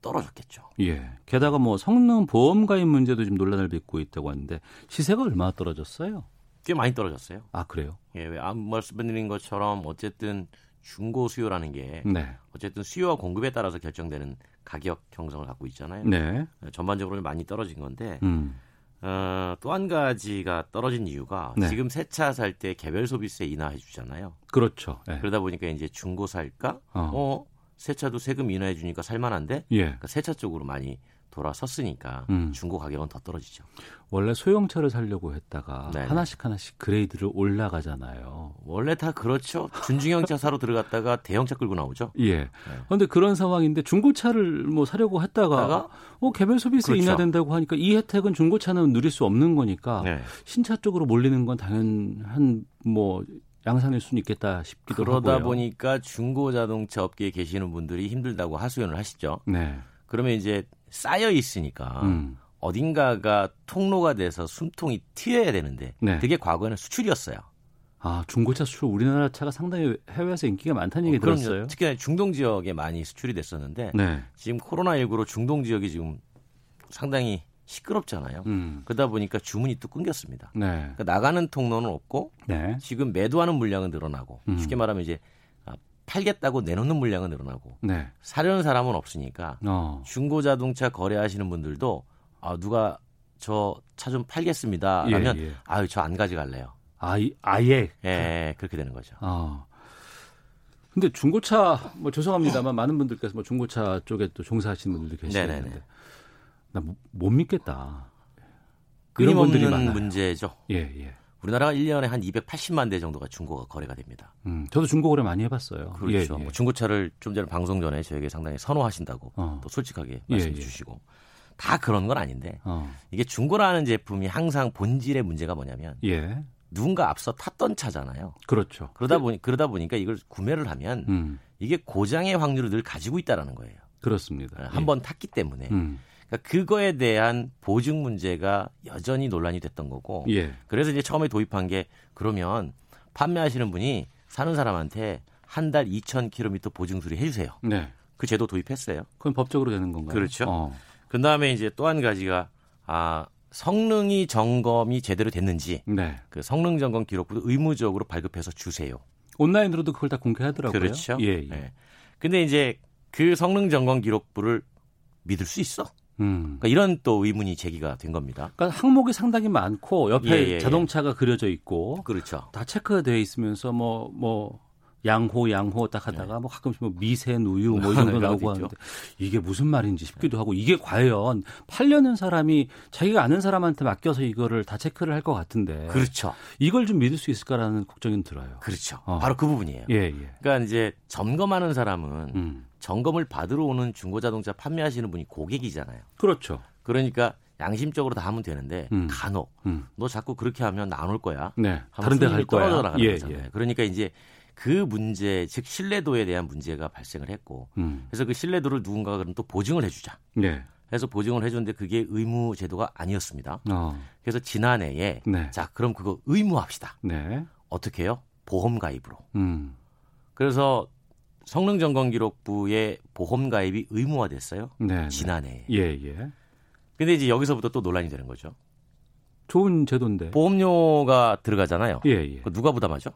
[SPEAKER 6] 떨어졌겠죠.
[SPEAKER 2] 예. 게다가 뭐 성능 보험 가입 문제도 지금 논란을 빚고 있다고 하는데 시세가 얼마나 떨어졌어요?
[SPEAKER 6] 꽤 많이 떨어졌어요.
[SPEAKER 2] 아 그래요?
[SPEAKER 6] 예, 왜 아무 말씀드린 것처럼 어쨌든 중고 수요라는 게
[SPEAKER 2] 네.
[SPEAKER 6] 어쨌든 수요와 공급에 따라서 결정되는 가격 형성을 갖고 있잖아요. 어,
[SPEAKER 2] 네.
[SPEAKER 6] 전반적으로 많이 떨어진 건데
[SPEAKER 2] 음.
[SPEAKER 6] 어, 또 한 가지가 떨어진 이유가
[SPEAKER 2] 네.
[SPEAKER 6] 지금 새 차 살 때 개별 소비세 인하해 주잖아요.
[SPEAKER 2] 그렇죠. 예.
[SPEAKER 6] 그러다 보니까 이제 중고 살까?
[SPEAKER 2] 어.
[SPEAKER 6] 어, 새 차도 세금 인하해 주니까 살만한데
[SPEAKER 2] 예.
[SPEAKER 6] 그러니까 새 차 쪽으로 많이 돌아섰으니까
[SPEAKER 2] 음.
[SPEAKER 6] 중고 가격은 더 떨어지죠.
[SPEAKER 2] 원래 소형차를 살려고 했다가
[SPEAKER 6] 네네.
[SPEAKER 2] 하나씩 하나씩 그레이드를 올라가잖아요.
[SPEAKER 6] 원래 다 그렇죠. 준중형차 사러 들어갔다가 대형차 끌고 나오죠.
[SPEAKER 2] 예. 그런데 그런 상황인데 중고차를 뭐 사려고 했다가
[SPEAKER 6] 하다가?
[SPEAKER 2] 어 개별 소비세
[SPEAKER 6] 그렇죠.
[SPEAKER 2] 인하된다고 하니까 이 혜택은 중고차는 누릴 수 없는 거니까
[SPEAKER 6] 네.
[SPEAKER 2] 신차 쪽으로 몰리는 건 당연한 뭐 양상일 수는 있겠다 싶기도
[SPEAKER 6] 그러다
[SPEAKER 2] 하고요.
[SPEAKER 6] 보니까 중고 자동차 업계에 계시는 분들이 힘들다고 하소연을 하시죠.
[SPEAKER 2] 네.
[SPEAKER 6] 그러면 이제 쌓여 있으니까
[SPEAKER 2] 음.
[SPEAKER 6] 어딘가가 통로가 돼서 숨통이 튀어야 되는데
[SPEAKER 2] 네.
[SPEAKER 6] 그게 과거에는 수출이었어요.
[SPEAKER 2] 아 중고차 수출 우리나라 차가 상당히 해외에서 인기가 많다는 얘기
[SPEAKER 6] 어, 그럼요.
[SPEAKER 2] 들었어요.
[SPEAKER 6] 특히나 중동 지역에 많이 수출이 됐었는데
[SPEAKER 2] 네.
[SPEAKER 6] 지금 코로나19로 중동 지역이 지금 상당히 시끄럽잖아요.
[SPEAKER 2] 음.
[SPEAKER 6] 그러다 보니까 주문이 또 끊겼습니다.
[SPEAKER 2] 네.
[SPEAKER 6] 그러니까 나가는 통로는 없고
[SPEAKER 2] 네.
[SPEAKER 6] 지금 매도하는 물량은 늘어나고
[SPEAKER 2] 음.
[SPEAKER 6] 쉽게 말하면 이제 아, 팔겠다고 내놓는 물량은 늘어나고
[SPEAKER 2] 네.
[SPEAKER 6] 사려는 사람은 없으니까
[SPEAKER 2] 어.
[SPEAKER 6] 중고 자동차 거래하시는 분들도 아 누가 저 차 좀 팔겠습니다. 라면
[SPEAKER 2] 예, 예.
[SPEAKER 6] 아유 저 안 가져갈래요.
[SPEAKER 2] 아, 이- 아예
[SPEAKER 6] 예, 그렇게 되는 거죠.
[SPEAKER 2] 아. 근데 중고차 뭐 죄송합니다만 많은 분들께서 뭐 중고차 쪽에 또 종사하시는 분들도 계시는데
[SPEAKER 6] 네네네.
[SPEAKER 2] 나 뭐, 못 믿겠다. 그런 분들이
[SPEAKER 6] 끊임없는
[SPEAKER 2] 많아요.
[SPEAKER 6] 문제죠.
[SPEAKER 2] 예, 예.
[SPEAKER 6] 우리나라가 1년에 한 280만 대 정도가 중고가 거래가 됩니다.
[SPEAKER 2] 음, 저도 중고거래 많이 해 봤어요.
[SPEAKER 6] 그렇죠.
[SPEAKER 2] 예, 예.
[SPEAKER 6] 뭐 중고차를 좀 전에 방송 전에 저에게 상당히 선호하신다고
[SPEAKER 2] 어.
[SPEAKER 6] 또 솔직하게
[SPEAKER 2] 예,
[SPEAKER 6] 말씀해
[SPEAKER 2] 예.
[SPEAKER 6] 주시고 다 그런 건 아닌데
[SPEAKER 2] 어.
[SPEAKER 6] 이게 중고라는 제품이 항상 본질의 문제가 뭐냐면
[SPEAKER 2] 예.
[SPEAKER 6] 누군가 앞서 탔던 차잖아요.
[SPEAKER 2] 그렇죠.
[SPEAKER 6] 그러다 보니 그러다 보니까 이걸 구매를 하면
[SPEAKER 2] 음.
[SPEAKER 6] 이게 고장의 확률을 늘 가지고 있다라는 거예요.
[SPEAKER 2] 그렇습니다.
[SPEAKER 6] 한 번 탔기 때문에
[SPEAKER 2] 예. 음.
[SPEAKER 6] 그러니까 그거에 대한 보증 문제가 여전히 논란이 됐던 거고
[SPEAKER 2] 예.
[SPEAKER 6] 그래서 이제 처음에 도입한 게 그러면 판매하시는 분이 사는 사람한테 한 달 2,000km 보증 수리 해주세요.
[SPEAKER 2] 네.
[SPEAKER 6] 그 제도 도입했어요.
[SPEAKER 2] 그건 법적으로 되는 건가요?
[SPEAKER 6] 그렇죠.
[SPEAKER 2] 어.
[SPEAKER 6] 그 다음에 이제 또 한 가지가 아 성능이 점검이 제대로 됐는지
[SPEAKER 2] 네.
[SPEAKER 6] 그 성능 점검 기록부도 의무적으로 발급해서 주세요.
[SPEAKER 2] 온라인으로도 그걸 다 공개하더라고요.
[SPEAKER 6] 그렇죠.
[SPEAKER 2] 예, 예.
[SPEAKER 6] 예. 근데 이제 그 성능 점검 기록부를 믿을 수 있어?
[SPEAKER 2] 음.
[SPEAKER 6] 그러니까 이런 또 의문이 제기가 된 겁니다.
[SPEAKER 2] 그러니까 항목이 상당히 많고 옆에
[SPEAKER 6] 예, 예, 예.
[SPEAKER 2] 자동차가 그려져 있고
[SPEAKER 6] 그렇죠.
[SPEAKER 2] 다 체크되어 있으면서 뭐 뭐 양호 양호 딱 하다가 뭐 가끔씩 뭐 미세 누유 뭐 이 정도
[SPEAKER 6] 네,
[SPEAKER 2] 나오고
[SPEAKER 6] 그런 것도
[SPEAKER 2] 하는데 이게 무슨 말인지 싶기도 하고 이게 과연 팔려는 사람이 자기가 아는 사람한테 맡겨서 이거를 다 체크를 할 것 같은데
[SPEAKER 6] 그렇죠.
[SPEAKER 2] 이걸 좀 믿을 수 있을까라는 걱정이 들어요.
[SPEAKER 6] 그렇죠.
[SPEAKER 2] 어.
[SPEAKER 6] 바로 그 부분이에요.
[SPEAKER 2] 예 예.
[SPEAKER 6] 그러니까 이제 점검하는 사람은
[SPEAKER 2] 음.
[SPEAKER 6] 점검을 받으러 오는 중고자동차 판매하시는 분이 고객이잖아요.
[SPEAKER 2] 그렇죠.
[SPEAKER 6] 그러니까 양심적으로 다 하면 되는데
[SPEAKER 2] 음.
[SPEAKER 6] 간혹
[SPEAKER 2] 음.
[SPEAKER 6] 너 자꾸 그렇게 하면 나 안 올 거야.
[SPEAKER 2] 네.
[SPEAKER 6] 하면
[SPEAKER 2] 다른 데
[SPEAKER 6] 손님이
[SPEAKER 2] 갈 거야.
[SPEAKER 6] 떨어져 나가는
[SPEAKER 2] 예,
[SPEAKER 6] 거잖아요.
[SPEAKER 2] 예.
[SPEAKER 6] 그러니까 이제 그 문제 즉 신뢰도에 대한 문제가 발생을 했고
[SPEAKER 2] 음.
[SPEAKER 6] 그래서 그 신뢰도를 누군가가 그럼 또 보증을 해주자.
[SPEAKER 2] 네.
[SPEAKER 6] 해서 보증을 해줬는데 그게 의무 제도가 아니었습니다.
[SPEAKER 2] 어.
[SPEAKER 6] 그래서 지난해에
[SPEAKER 2] 네.
[SPEAKER 6] 자 그럼 그거 의무합시다.
[SPEAKER 2] 네.
[SPEAKER 6] 어떻게 해요? 보험 가입으로.
[SPEAKER 2] 음.
[SPEAKER 6] 그래서 성능 점검 기록부의 보험 가입이 의무화됐어요.
[SPEAKER 2] 네.
[SPEAKER 6] 지난해에.
[SPEAKER 2] 예 예.
[SPEAKER 6] 근데 이제 여기서부터 또 논란이 되는 거죠.
[SPEAKER 2] 좋은 제도인데.
[SPEAKER 6] 보험료가 들어가잖아요.
[SPEAKER 2] 예, 예.
[SPEAKER 6] 그거 누가 부담하죠?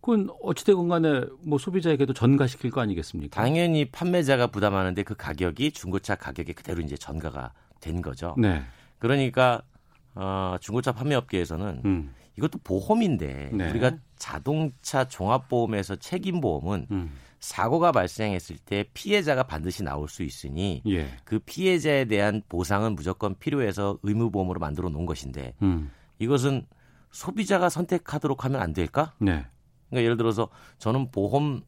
[SPEAKER 2] 그건 어찌되건 간에 뭐 소비자에게도 전가시킬 거 아니겠습니까?
[SPEAKER 6] 당연히 판매자가 부담하는데 그 가격이 중고차 가격에 그대로 이제 전가가 된 거죠.
[SPEAKER 2] 네.
[SPEAKER 6] 그러니까 어, 중고차 판매업계에서는
[SPEAKER 2] 음.
[SPEAKER 6] 이것도 보험인데
[SPEAKER 2] 네.
[SPEAKER 6] 우리가 자동차 종합보험에서 책임보험은
[SPEAKER 2] 음.
[SPEAKER 6] 사고가 발생했을 때 피해자가 반드시 나올 수 있으니
[SPEAKER 2] 예.
[SPEAKER 6] 그 피해자에 대한 보상은 무조건 필요해서 의무보험으로 만들어 놓은 것인데
[SPEAKER 2] 음.
[SPEAKER 6] 이것은 소비자가 선택하도록 하면 안 될까?
[SPEAKER 2] 네.
[SPEAKER 6] 그러니까 예를 들어서 저는 보험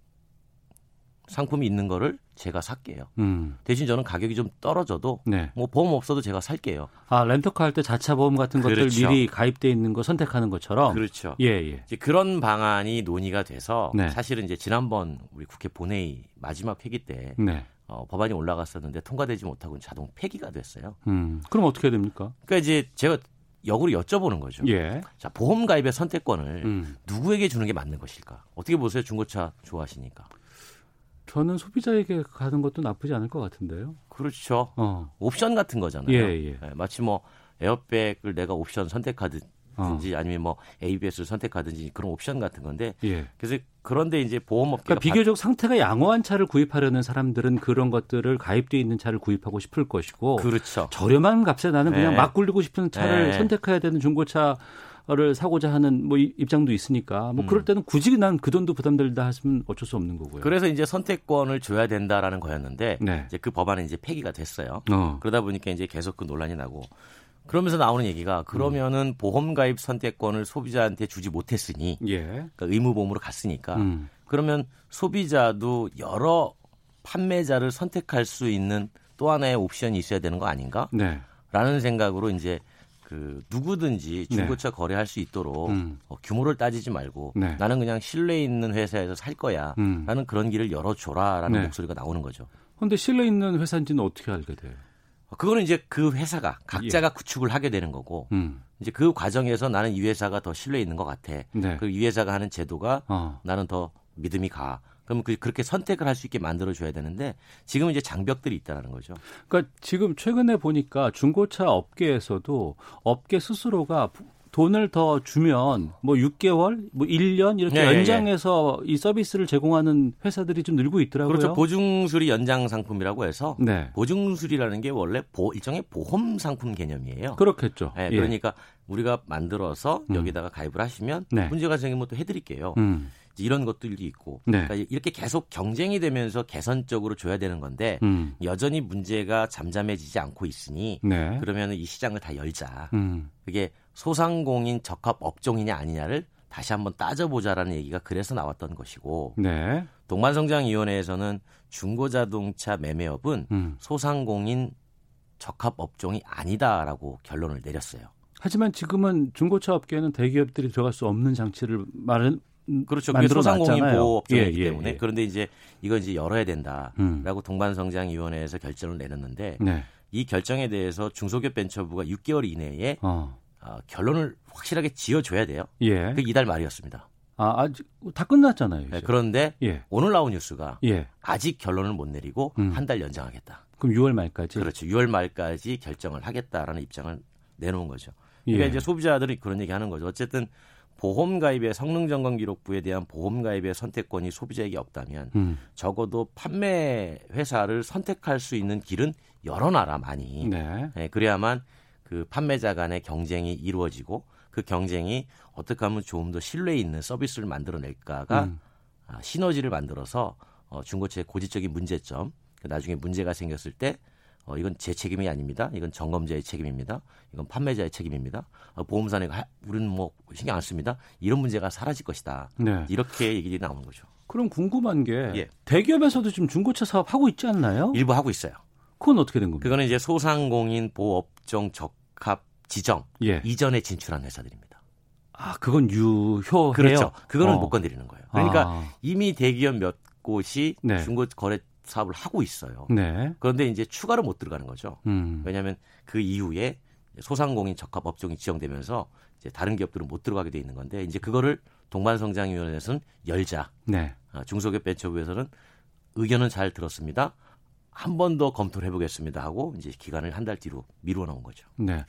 [SPEAKER 6] 상품이 있는 거를 제가 살게요.
[SPEAKER 2] 음.
[SPEAKER 6] 대신 저는 가격이 좀 떨어져도
[SPEAKER 2] 네.
[SPEAKER 6] 뭐 보험 없어도 제가 살게요.
[SPEAKER 2] 아, 렌터카 할 때 자차 보험 같은 것들
[SPEAKER 6] 그렇죠.
[SPEAKER 2] 미리 가입돼 있는 거 선택하는 것처럼
[SPEAKER 6] 그렇죠.
[SPEAKER 2] 예, 예.
[SPEAKER 6] 이제 그런 방안이 논의가 돼서
[SPEAKER 2] 네.
[SPEAKER 6] 사실은 이제 지난번 우리 국회 본회의 마지막 회기 때
[SPEAKER 2] 네.
[SPEAKER 6] 어, 법안이 올라갔었는데 통과되지 못하고 자동 폐기가 됐어요.
[SPEAKER 2] 음. 그럼 어떻게 해야 됩니까?
[SPEAKER 6] 그러니까 이제 제가 역으로 여쭤보는 거죠.
[SPEAKER 2] 예.
[SPEAKER 6] 자 보험 가입의 선택권을
[SPEAKER 2] 음.
[SPEAKER 6] 누구에게 주는 게 맞는 것일까? 어떻게 보세요? 중고차 좋아하시니까.
[SPEAKER 2] 저는 소비자에게 가는 것도 나쁘지 않을 것 같은데요.
[SPEAKER 6] 그렇죠.
[SPEAKER 2] 어.
[SPEAKER 6] 옵션 같은 거잖아요.
[SPEAKER 2] 예, 예.
[SPEAKER 6] 네, 마치 뭐 에어백을 내가 옵션 선택하든지
[SPEAKER 2] 어.
[SPEAKER 6] 아니면 뭐 ABS를 선택하든지 그런 옵션 같은 건데
[SPEAKER 2] 예.
[SPEAKER 6] 그래서 그런데 이제 보험업계가
[SPEAKER 2] 그러니까 비교적 상태가 양호한 차를 구입하려는 사람들은 그런 것들을 가입돼 있는 차를 구입하고 싶을 것이고
[SPEAKER 6] 바- 그렇죠.
[SPEAKER 2] 어. 저렴한 값에 나는 그냥
[SPEAKER 6] 네.
[SPEAKER 2] 막 굴리고 싶은 차를
[SPEAKER 6] 네.
[SPEAKER 2] 선택해야 되는 중고차를 사고자 하는 뭐 이- 입장도 있으니까 뭐 그럴 때는 굳이 난 그 돈도 부담된다 하시면 어쩔 수 없는 거고요.
[SPEAKER 6] 그래서 이제 선택권을 줘야 된다라는 거였는데
[SPEAKER 2] 네.
[SPEAKER 6] 이제 그 법안은 이제 폐기가 됐어요.
[SPEAKER 2] 어.
[SPEAKER 6] 그러다 보니까 이제 계속 그 논란이 나고 그러면서 나오는 얘기가 그러면은 보험 가입 선택권을 소비자한테 주지 못했으니
[SPEAKER 2] 예.
[SPEAKER 6] 그러니까 의무보험으로 갔으니까
[SPEAKER 2] 음.
[SPEAKER 6] 그러면 소비자도 여러 판매자를 선택할 수 있는 또 하나의 옵션이 있어야 되는 거 아닌가라는
[SPEAKER 2] 네.
[SPEAKER 6] 생각으로 이제 그 누구든지 중고차 거래할 수 있도록
[SPEAKER 2] 네. 음.
[SPEAKER 6] 어, 규모를 따지지 말고
[SPEAKER 2] 네.
[SPEAKER 6] 나는 그냥 신뢰 있는 회사에서 살 거야.
[SPEAKER 2] 음.
[SPEAKER 6] 라는 그런 길을 열어줘라라는
[SPEAKER 2] 네.
[SPEAKER 6] 목소리가 나오는 거죠.
[SPEAKER 2] 근데 실내 있는 회사인지는 어떻게 알게 돼요?
[SPEAKER 6] 그거는 이제 그 회사가 각자가 구축을 하게 되는 거고
[SPEAKER 2] 예. 음.
[SPEAKER 6] 이제 그 과정에서 나는 이 회사가 더 신뢰 있는 것 같아.
[SPEAKER 2] 네.
[SPEAKER 6] 그리고 이 회사가 하는 제도가
[SPEAKER 2] 어.
[SPEAKER 6] 나는 더 믿음이 가. 그러면 그, 그렇게 선택을 할 수 있게 만들어줘야 되는데 지금 이제 장벽들이 있다라는 거죠.
[SPEAKER 2] 그러니까 지금 최근에 보니까 중고차 업계에서도 업계 스스로가 부- 돈을 더 주면 뭐 6개월, 뭐 1년 이렇게
[SPEAKER 6] 예, 예, 예.
[SPEAKER 2] 연장해서 이 서비스를 제공하는 회사들이 좀 늘고 있더라고요.
[SPEAKER 6] 그렇죠. 보증수리 연장 상품이라고 해서
[SPEAKER 2] 네.
[SPEAKER 6] 보증수리라는 게 원래 보- 일종의 보험 상품 개념이에요.
[SPEAKER 2] 그렇겠죠.
[SPEAKER 6] 예,
[SPEAKER 2] 예. 음.
[SPEAKER 6] 그러니까 우리가 만들어서 여기다가 가입을 하시면
[SPEAKER 2] 네.
[SPEAKER 6] 문제가 생기면 뭐 또 해드릴게요.
[SPEAKER 2] 음.
[SPEAKER 6] 이제 이런 것들도 있고
[SPEAKER 2] 네.
[SPEAKER 6] 그러니까 이렇게 계속 경쟁이 되면서 개선적으로 줘야 되는 건데
[SPEAKER 2] 음.
[SPEAKER 6] 여전히 문제가 잠잠해지지 않고 있으니
[SPEAKER 2] 네.
[SPEAKER 6] 그러면 이 시장을 다 열자.
[SPEAKER 2] 음.
[SPEAKER 6] 그게 소상공인 적합 업종이냐 아니냐를 다시 한번 따져보자라는 얘기가 그래서 나왔던 것이고
[SPEAKER 2] 네.
[SPEAKER 6] 동반성장위원회에서는 중고자동차 매매업은
[SPEAKER 2] 음.
[SPEAKER 6] 소상공인 적합 업종이 아니다라고 결론을 내렸어요.
[SPEAKER 2] 하지만 지금은 중고차 업계에는 대기업들이 들어갈 수 없는 장치를 음, 말은
[SPEAKER 6] 그렇죠. 그게
[SPEAKER 2] 만들어
[SPEAKER 6] 소상공인
[SPEAKER 2] 놨잖아요.
[SPEAKER 6] 보호 업종이기
[SPEAKER 2] 예, 예,
[SPEAKER 6] 때문에
[SPEAKER 2] 예.
[SPEAKER 6] 그런데 이제 이건 이제 열어야 된다라고
[SPEAKER 2] 음.
[SPEAKER 6] 동반성장위원회에서 결정을 내렸는데
[SPEAKER 2] 네.
[SPEAKER 6] 이 결정에 대해서 중소기업 벤처부가 6개월 이내에
[SPEAKER 2] 어.
[SPEAKER 6] 어, 결론을 확실하게 지어줘야 돼요.
[SPEAKER 2] 예.
[SPEAKER 6] 그 이달 말이었습니다.
[SPEAKER 2] 아, 아직 다 끝났잖아요. 이제.
[SPEAKER 6] 네, 그런데
[SPEAKER 2] 예.
[SPEAKER 6] 오늘 나온 뉴스가
[SPEAKER 2] 예.
[SPEAKER 6] 아직 결론을 못 내리고
[SPEAKER 2] 음.
[SPEAKER 6] 한 달 연장하겠다.
[SPEAKER 2] 그럼 6월 말까지.
[SPEAKER 6] 그렇죠. 6월 말까지 결정을 하겠다라는 입장을 내놓은 거죠.
[SPEAKER 2] 예.
[SPEAKER 6] 그러니까 이제 소비자들이 그런 얘기 하는 거죠. 어쨌든 보험 가입의 성능 점검 기록부에 대한 보험 가입의 선택권이 소비자에게 없다면
[SPEAKER 2] 음.
[SPEAKER 6] 적어도 판매 회사를 선택할 수 있는 길은 열어놔라 많이.
[SPEAKER 2] 네.
[SPEAKER 6] 예, 그래야만 그 판매자 간의 경쟁이 이루어지고 그 경쟁이 어떻게 하면 조금 더 신뢰 있는 서비스를 만들어낼까가
[SPEAKER 2] 음.
[SPEAKER 6] 아, 시너지를 만들어서 어, 중고차의 고질적인 문제점, 그 나중에 문제가 생겼을 때 어, 이건 제 책임이 아닙니다. 이건 점검자의 책임입니다. 이건 판매자의 책임입니다. 어, 보험사는 하, 우리는 뭐 신경 안 씁니다. 이런 문제가 사라질 것이다.
[SPEAKER 2] 네.
[SPEAKER 6] 이렇게 얘기들이 나오는 거죠.
[SPEAKER 2] 그럼 궁금한 게
[SPEAKER 6] 예.
[SPEAKER 2] 대기업에서도 지금 중고차 사업 하고 있지 않나요?
[SPEAKER 6] 일부 하고 있어요.
[SPEAKER 2] 그건 어떻게 된 겁니까?
[SPEAKER 6] 그거는 이제 소상공인 보호업종 적합 지정
[SPEAKER 2] 예.
[SPEAKER 6] 이전에 진출한 회사들입니다.
[SPEAKER 2] 아, 그건 유효해요.
[SPEAKER 6] 그렇죠. 그거는
[SPEAKER 2] 어.
[SPEAKER 6] 못 건드리는 거예요. 그러니까
[SPEAKER 2] 아,
[SPEAKER 6] 이미 대기업 몇 곳이
[SPEAKER 2] 네.
[SPEAKER 6] 중고 거래 사업을 하고 있어요.
[SPEAKER 2] 네.
[SPEAKER 6] 그런데 이제 추가로 못 들어가는 거죠.
[SPEAKER 2] 음.
[SPEAKER 6] 왜냐하면 그 이후에 소상공인 적합 업종이 지정되면서 이제 다른 기업들은 못 들어가게 돼 있는 건데 이제 그거를 동반성장위원회에서는 열자,
[SPEAKER 2] 네.
[SPEAKER 6] 아, 중소기업 벤처부에서는 의견은 잘 들었습니다. 한 번 더 검토를 해보겠습니다 하고 이제 기간을 한 달 뒤로 미루어 놓은 거죠.
[SPEAKER 2] 네.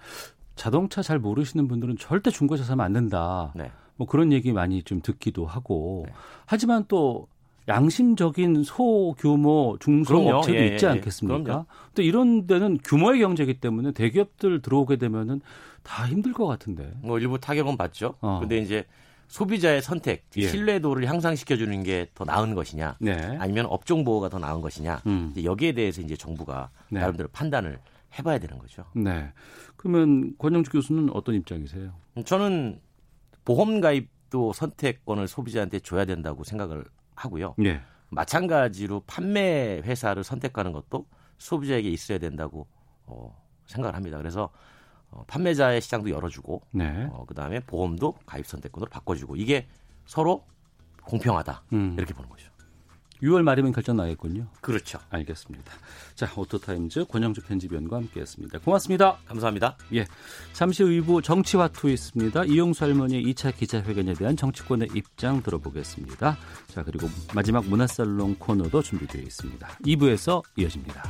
[SPEAKER 2] 자동차 잘 모르시는 분들은 절대 중고차 사면 안 된다.
[SPEAKER 6] 네.
[SPEAKER 2] 뭐 그런 얘기 많이 좀 듣기도 하고.
[SPEAKER 6] 네.
[SPEAKER 2] 하지만 또 양심적인 소규모
[SPEAKER 6] 그럼요.
[SPEAKER 2] 중소업체도
[SPEAKER 6] 예,
[SPEAKER 2] 있지
[SPEAKER 6] 예, 예.
[SPEAKER 2] 않겠습니까?
[SPEAKER 6] 그럼요.
[SPEAKER 2] 또 이런 데는 규모의 경제이기 때문에 대기업들 들어오게 되면은 다 힘들 것 같은데.
[SPEAKER 6] 뭐 일부 타격은 받죠.
[SPEAKER 2] 어.
[SPEAKER 6] 근데 이제 소비자의 선택,
[SPEAKER 2] 예.
[SPEAKER 6] 신뢰도를 향상시켜 주는 게 더 나은 것이냐,
[SPEAKER 2] 네.
[SPEAKER 6] 아니면 업종 보호가 더 나은 것이냐.
[SPEAKER 2] 음.
[SPEAKER 6] 이제 여기에 대해서 이제 정부가
[SPEAKER 2] 네.
[SPEAKER 6] 나름대로 판단을 해봐야 되는 거죠.
[SPEAKER 2] 네. 그러면 권영주 교수는 어떤 입장이세요?
[SPEAKER 6] 저는 보험 가입도 선택권을 소비자한테 줘야 된다고 생각을 하고요.
[SPEAKER 2] 예.
[SPEAKER 6] 마찬가지로 판매 회사를 선택하는 것도 소비자에게 있어야 된다고 어, 생각을 합니다. 그래서 어, 판매자의 시장도 열어주고
[SPEAKER 2] 네.
[SPEAKER 6] 어, 그다음에 보험도 가입 선택권으로 바꿔주고 이게 서로 공평하다
[SPEAKER 2] 음.
[SPEAKER 6] 이렇게 보는 거죠.
[SPEAKER 2] 6월 말이면 결정 나겠군요.
[SPEAKER 6] 그렇죠.
[SPEAKER 2] 알겠습니다. 자, 오토타임즈 권영주 편집위원과 함께했습니다. 고맙습니다.
[SPEAKER 6] 감사합니다.
[SPEAKER 2] 예. 잠시 후 2부 정치화투 있습니다. 이용수 할머니 2차 기자회견에 대한 정치권의 입장 들어보겠습니다. 자, 그리고 마지막 문화살롱 코너도 준비되어 있습니다. 2부에서 이어집니다.